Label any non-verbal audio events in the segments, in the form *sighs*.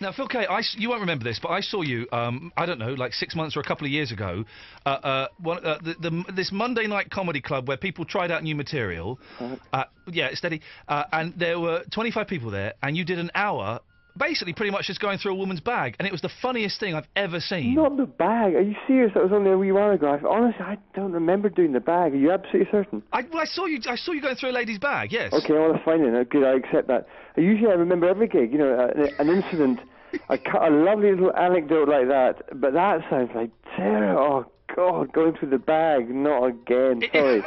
Now, Phil K, I s- you won't remember this, but I saw you, um, I don't know, like six months or a couple of years ago, uh, uh, one, uh, the, the, this Monday night comedy club where people tried out new material. Uh-huh. Uh, yeah, steady. Uh, and there were 25 people there, and you did an hour, basically pretty much just going through a woman's bag, and it was the funniest thing I've ever seen. Not the bag. Are you serious? That was only a wee while ago. I, honestly, I don't remember doing the bag. Are you absolutely certain? I, well, I saw you. I saw you going through a lady's bag. Yes. Okay, I want to find it. now. Good, I accept that. Usually, I remember every gig. You know, a- an incident, a, cu- a lovely little anecdote like that. But that sounds like terror. Oh God, going through the bag. Not again. *laughs* Sorry.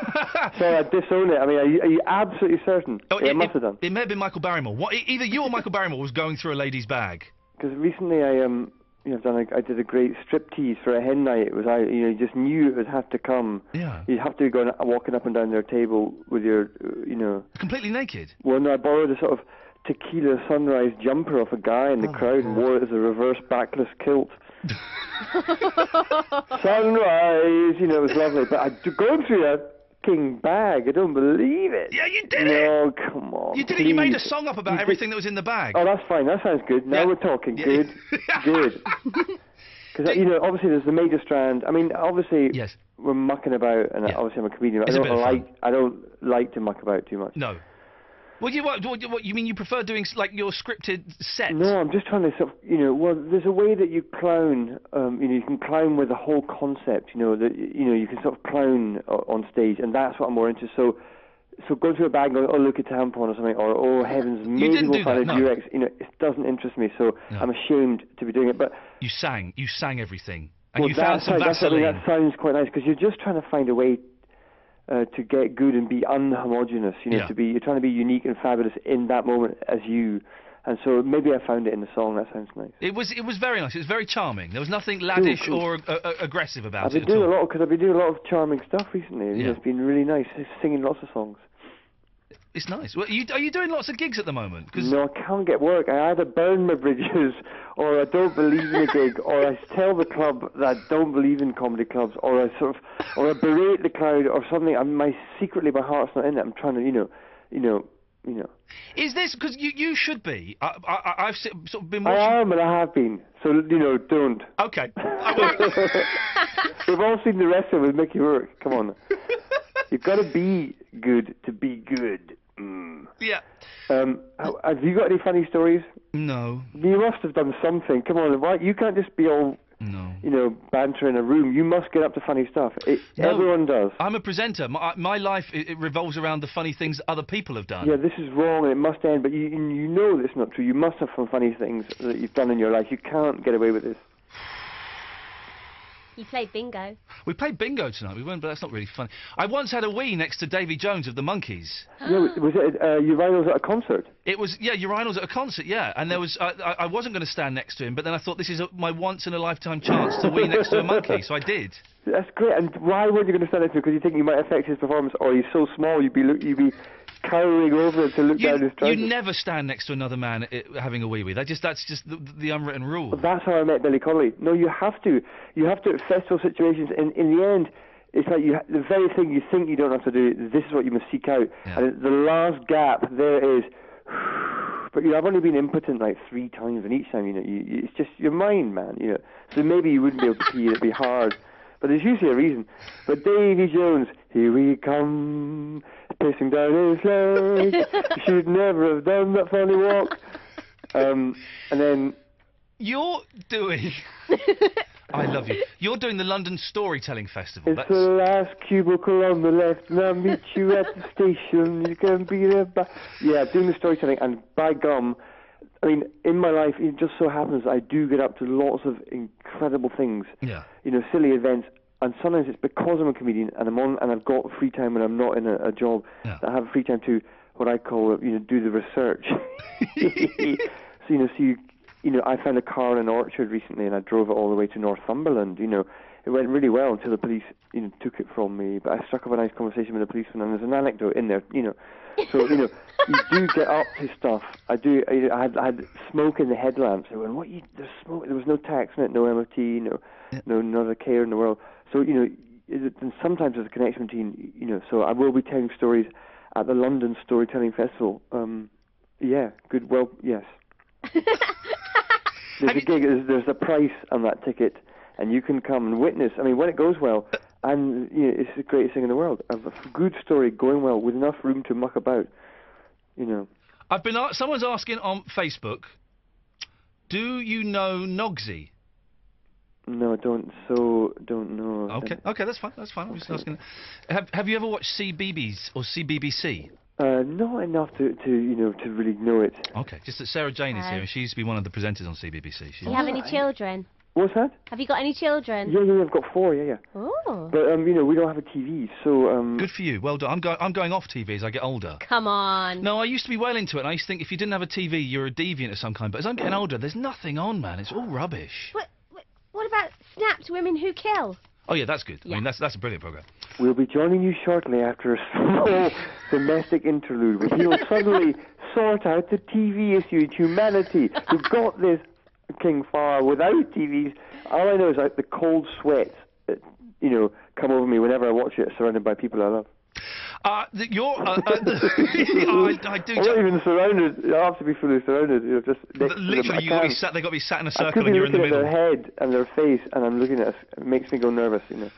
Sorry, I disown it. I mean, are you, are you absolutely certain? Oh, yeah, I it- must have done. It may have been Michael Barrymore. What, e- either you or Michael Barrymore was going through a lady's bag. Because recently I um you know I've done a, I did a great striptease for a hen night. It was I you know you just knew it would have to come. Yeah. You'd have to go and, walking up and down their table with your uh, you know. Completely *laughs* naked. Well, no, I borrowed a sort of tequila sunrise jumper off a guy Oh, in the crowd and wore it as a reverse backless kilt. sunrise, you know, it was lovely. But I going through that king bag, I don't believe it. Yeah, you did no, it. come on. You did it. You made a please. song up about You did- everything that was in the bag. Oh, that's fine. That sounds good. Now Yeah. we're talking. Yeah. *laughs* Good. good. Because, you know, obviously there's the major strand. I mean, obviously Yes. we're mucking about, and obviously I'm a comedian. but It's a I bit don't of fun. like I don't like to muck about too much. No. Well, you what, what, what? You mean you prefer doing s- like your scripted sets? No, I'm just trying to sort of, you know, well, there's a way that you clown, um, you know, you can clown with the whole concept, you know, that, you know, you can sort of clown o- on stage, and that's what I'm more into. So, so go through a bag and go, oh, look, a tampon or something, or, oh, heavens, maybe didn't we'll do find that, a no. Durex, you know, it doesn't interest me, so I'm ashamed to be doing it, but... You sang. You sang everything, and well, you found that's some right, that's- I mean, Vaseline. that sounds quite nice because you're just trying to find a way uh, to get good and be unhomogeneous. You know, Yeah. to be you're trying to be unique and fabulous in that moment as you. And so maybe I found it in the song. That sounds nice. It was. It was very nice. It was very charming. There was nothing laddish cool. or uh, uh, aggressive about I've it been at doing a all. lot because I've been doing a lot of charming stuff recently. You Yeah. know, it's been really nice uh, singing lots of songs. It's nice. Well, you, are you doing lots of gigs at the moment? 'Cause- No, I can't get work. I either burn my bridges, *laughs* or I don't believe in a gig, or I tell the club that I don't believe in comedy clubs, or I sort of, or I berate the crowd, or something. I'm my secretly my heart's not in it. I'm trying to, you know, you know, you know. is this because you you should be? I, I I- I've s- sort of been watching. I am, and I have been. So you know, don't. *laughs* Okay. I will. We've all seen the wrestling with Mickey Rourke. Come on, *laughs* *laughs* you've got to be good to be good. Mm. yeah. Um, how- have you got any funny stories? No. You must have done something. Come on, why you can't just be all No. you know, banter in a room. You must get up to funny stuff. It, No. Everyone does. I'm a presenter. My, my life it, it revolves around the funny things other people have done. Yeah, this is wrong and it must end, but you, you know that's not true. You must have some funny things that you've done in your life. You can't get away with this. You played bingo. We played bingo tonight. We won, but that's not really funny. I once had a wee next to Davy Jones of the Monkeys. Yeah, was it uh, urinals at a concert? It was yeah, urinals at a concert, yeah. And there was I, I, I wasn't going to stand next to him, but then I thought this is a, my once in a lifetime chance to wee next to a monkey, so I did. That's great. And why weren't you going to stand next to him? Because you think you might affect his performance, or he's so small you'd be look, you'd be cowering over him to look down You, his you trousers. never stand next to another man i having a wee wee. That just that's just the, the unwritten rule. That's how I met Billy Connolly. No, you have to. You have to at festival situations, and in the end, it's like you, ha- the very thing you think you don't have to do. This is what you must seek out, Yeah. and the last gap there is. *sighs* But you know, I've only been impotent like three times, and each time, you know, you, you, it's just your mind, man. You know, so maybe you wouldn't be able to pee. It'd be hard, but there's usually a reason. But Davy Jones, here we come, pacing down his leg. you should never have done that funny *laughs* walk. Um, and then You're doing. *laughs* I love you. You're doing the London Storytelling Festival. It's the last cubicle on the left, and I'll meet you at the station. You can be there. By... Yeah, I'm doing the storytelling, and by gum, I mean, in my life, it just so happens I do get up to lots of incredible things, yeah. you know, silly events, and sometimes it's because I'm a comedian and I'm on and I've got free time when I'm not in a, a job Yeah. that I have free time to what I call, you know, do the research. so you know, so you, you know, I found a car in an orchard recently, and I drove it all the way to Northumberland. You know, it went really well until the police, you know, took it from me. But I struck up a nice conversation with the policeman, and there's an anecdote in there. You know, so you know, you do get up to stuff. I do. I, I had I had smoke in the headlamps. I went, what? You, there's smoke. There was no tax in it, no MOT, no, no, not another care in the world. So you know. it- And sometimes there's a connection between, you know, so I will be telling stories at the London Storytelling Festival. Um, yeah, good. Well, yes. There's Have a you- gig. There's, there's a price on that ticket, and you can come and witness. I mean, when it goes well, and you know, it's the greatest thing in the world. A f- good story going well with enough room to muck about. You know, I've been. a- Someone's asking on Facebook. Do you know Nogsy? no, I don't. So don't know. Okay, okay, that's fine. That's fine. I'm just asking. Have Have you ever watched CBBS or CBBC? Uh, not enough to, to you know to really know it. Okay, just that Sarah Jane is Uh, here, and she used to be one of the presenters on CBBC. She Do you have any children? What's that? Have you got any children? Yeah, yeah, yeah, I've got four. Yeah, yeah. Oh, But um, you know, we don't have a TV, so um. Good for you. Well done. I'm going. I'm going off TV as I get older. come on. No, I used to be well into it, and I used to think if you didn't have a TV, you're a deviant of some kind. But as I'm getting older, there's nothing on, man. It's all rubbish. What, what- what about snapped women who *laughs* kill? *laughs* Oh yeah, that's good. I Yeah. mean, that's that's a brilliant program. We'll be joining you shortly after a *laughs* small domestic interlude *laughs* where he'll suddenly sort out the TV issue. It's humanity who got this king far without TVs. All I know is like the cold sweat, that, you know, come over me whenever I watch it, surrounded by people I love. Uh, th- you're. *laughs* Uh, *laughs* uh, oh, I, I do. I'm not even surrounded. I have to be fully surrounded. You know, just next to them. I Literally, you got to be can't. sat. They got to be sat in a I circle, could be and you're in looking the at their middle. head and their face, and I'm looking at. It makes me go nervous. You know.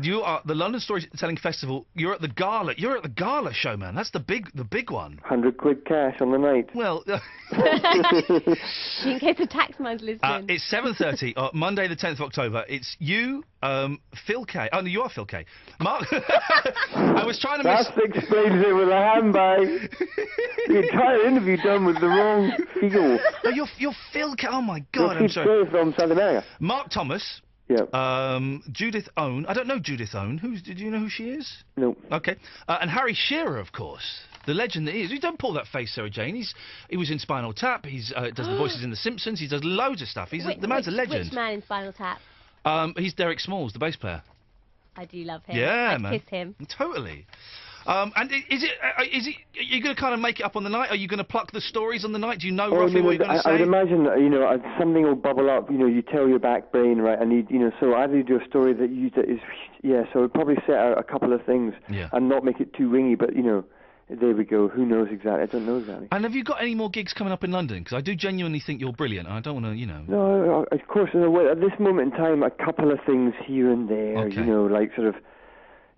You are the London Storytelling Festival. You're at the gala. You're at the gala show, man. That's the big, the big one. Hundred quid cash on the night. Well, *laughs* uh, In case the taxman's listening. uh, it's 7:30 uh, Monday, the 10th of October. It's you, um, Phil K. Oh no, you are Phil K. Mark. *laughs* I was trying to miss. That explains it with a handbag. *laughs* the entire interview done with the wrong feel. No, you're you're Phil K. Oh my You'll God, see I'm sorry. Jay from South America. Mark Thomas. Yeah. Um, Judith Owen. I don't know Judith Owen. Who's? Did you know who she is? no. Okay. Uh, and Harry Shearer, of course, the legend that he is. You don't pull that face, Sarah Jane. He's he was in Spinal Tap. He's uh, does *gasps* the voices in The Simpsons. He does loads of stuff. He's a- Which- the man's which- a legend. Which man in Spinal Tap? Um, he's Derek Smalls, the bass player. I do love him. Yeah, I'd man. kiss him. Totally. Um, and i- is it uh, is it are you going to kind of make it up on the night? Are you going to pluck the stories on the night? Do you know Well, roughly you know, what you're going I, to I say? would imagine, that, you know, uh, something will bubble up. You know, you tell your back brain, right? I need, you know, so I either do a story that you that is, yeah. So I'd probably set out a couple of things Yeah. and not make it too wingy, but you know, there we go. Who knows exactly? I don't know exactly. and have you got any more gigs coming up in London? Because I do genuinely think you're brilliant. And I don't want to, you know. No, uh, of course. In a way, at this moment in time, a couple of things here and there. Okay. You know, like sort of,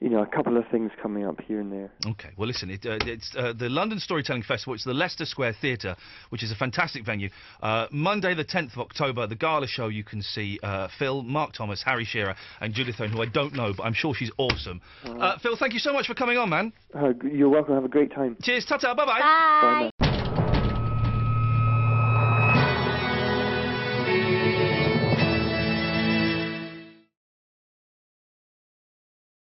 you know, a couple of things coming up here and there. Okay, well, listen, it, uh, it's uh, the London Storytelling Festival. It's the Leicester Square Theatre, which is a fantastic venue. Uh, Monday, the 10th of October, the gala show. You can see uh, Phil, Mark Thomas, Harry Shearer, and Judith Owen, who I don't know, but I'm sure she's awesome. Uh, Phil, thank you so much for coming on, man. Uh, you're welcome. Have a great time. Cheers, ta ta, bye bye. Bye. now.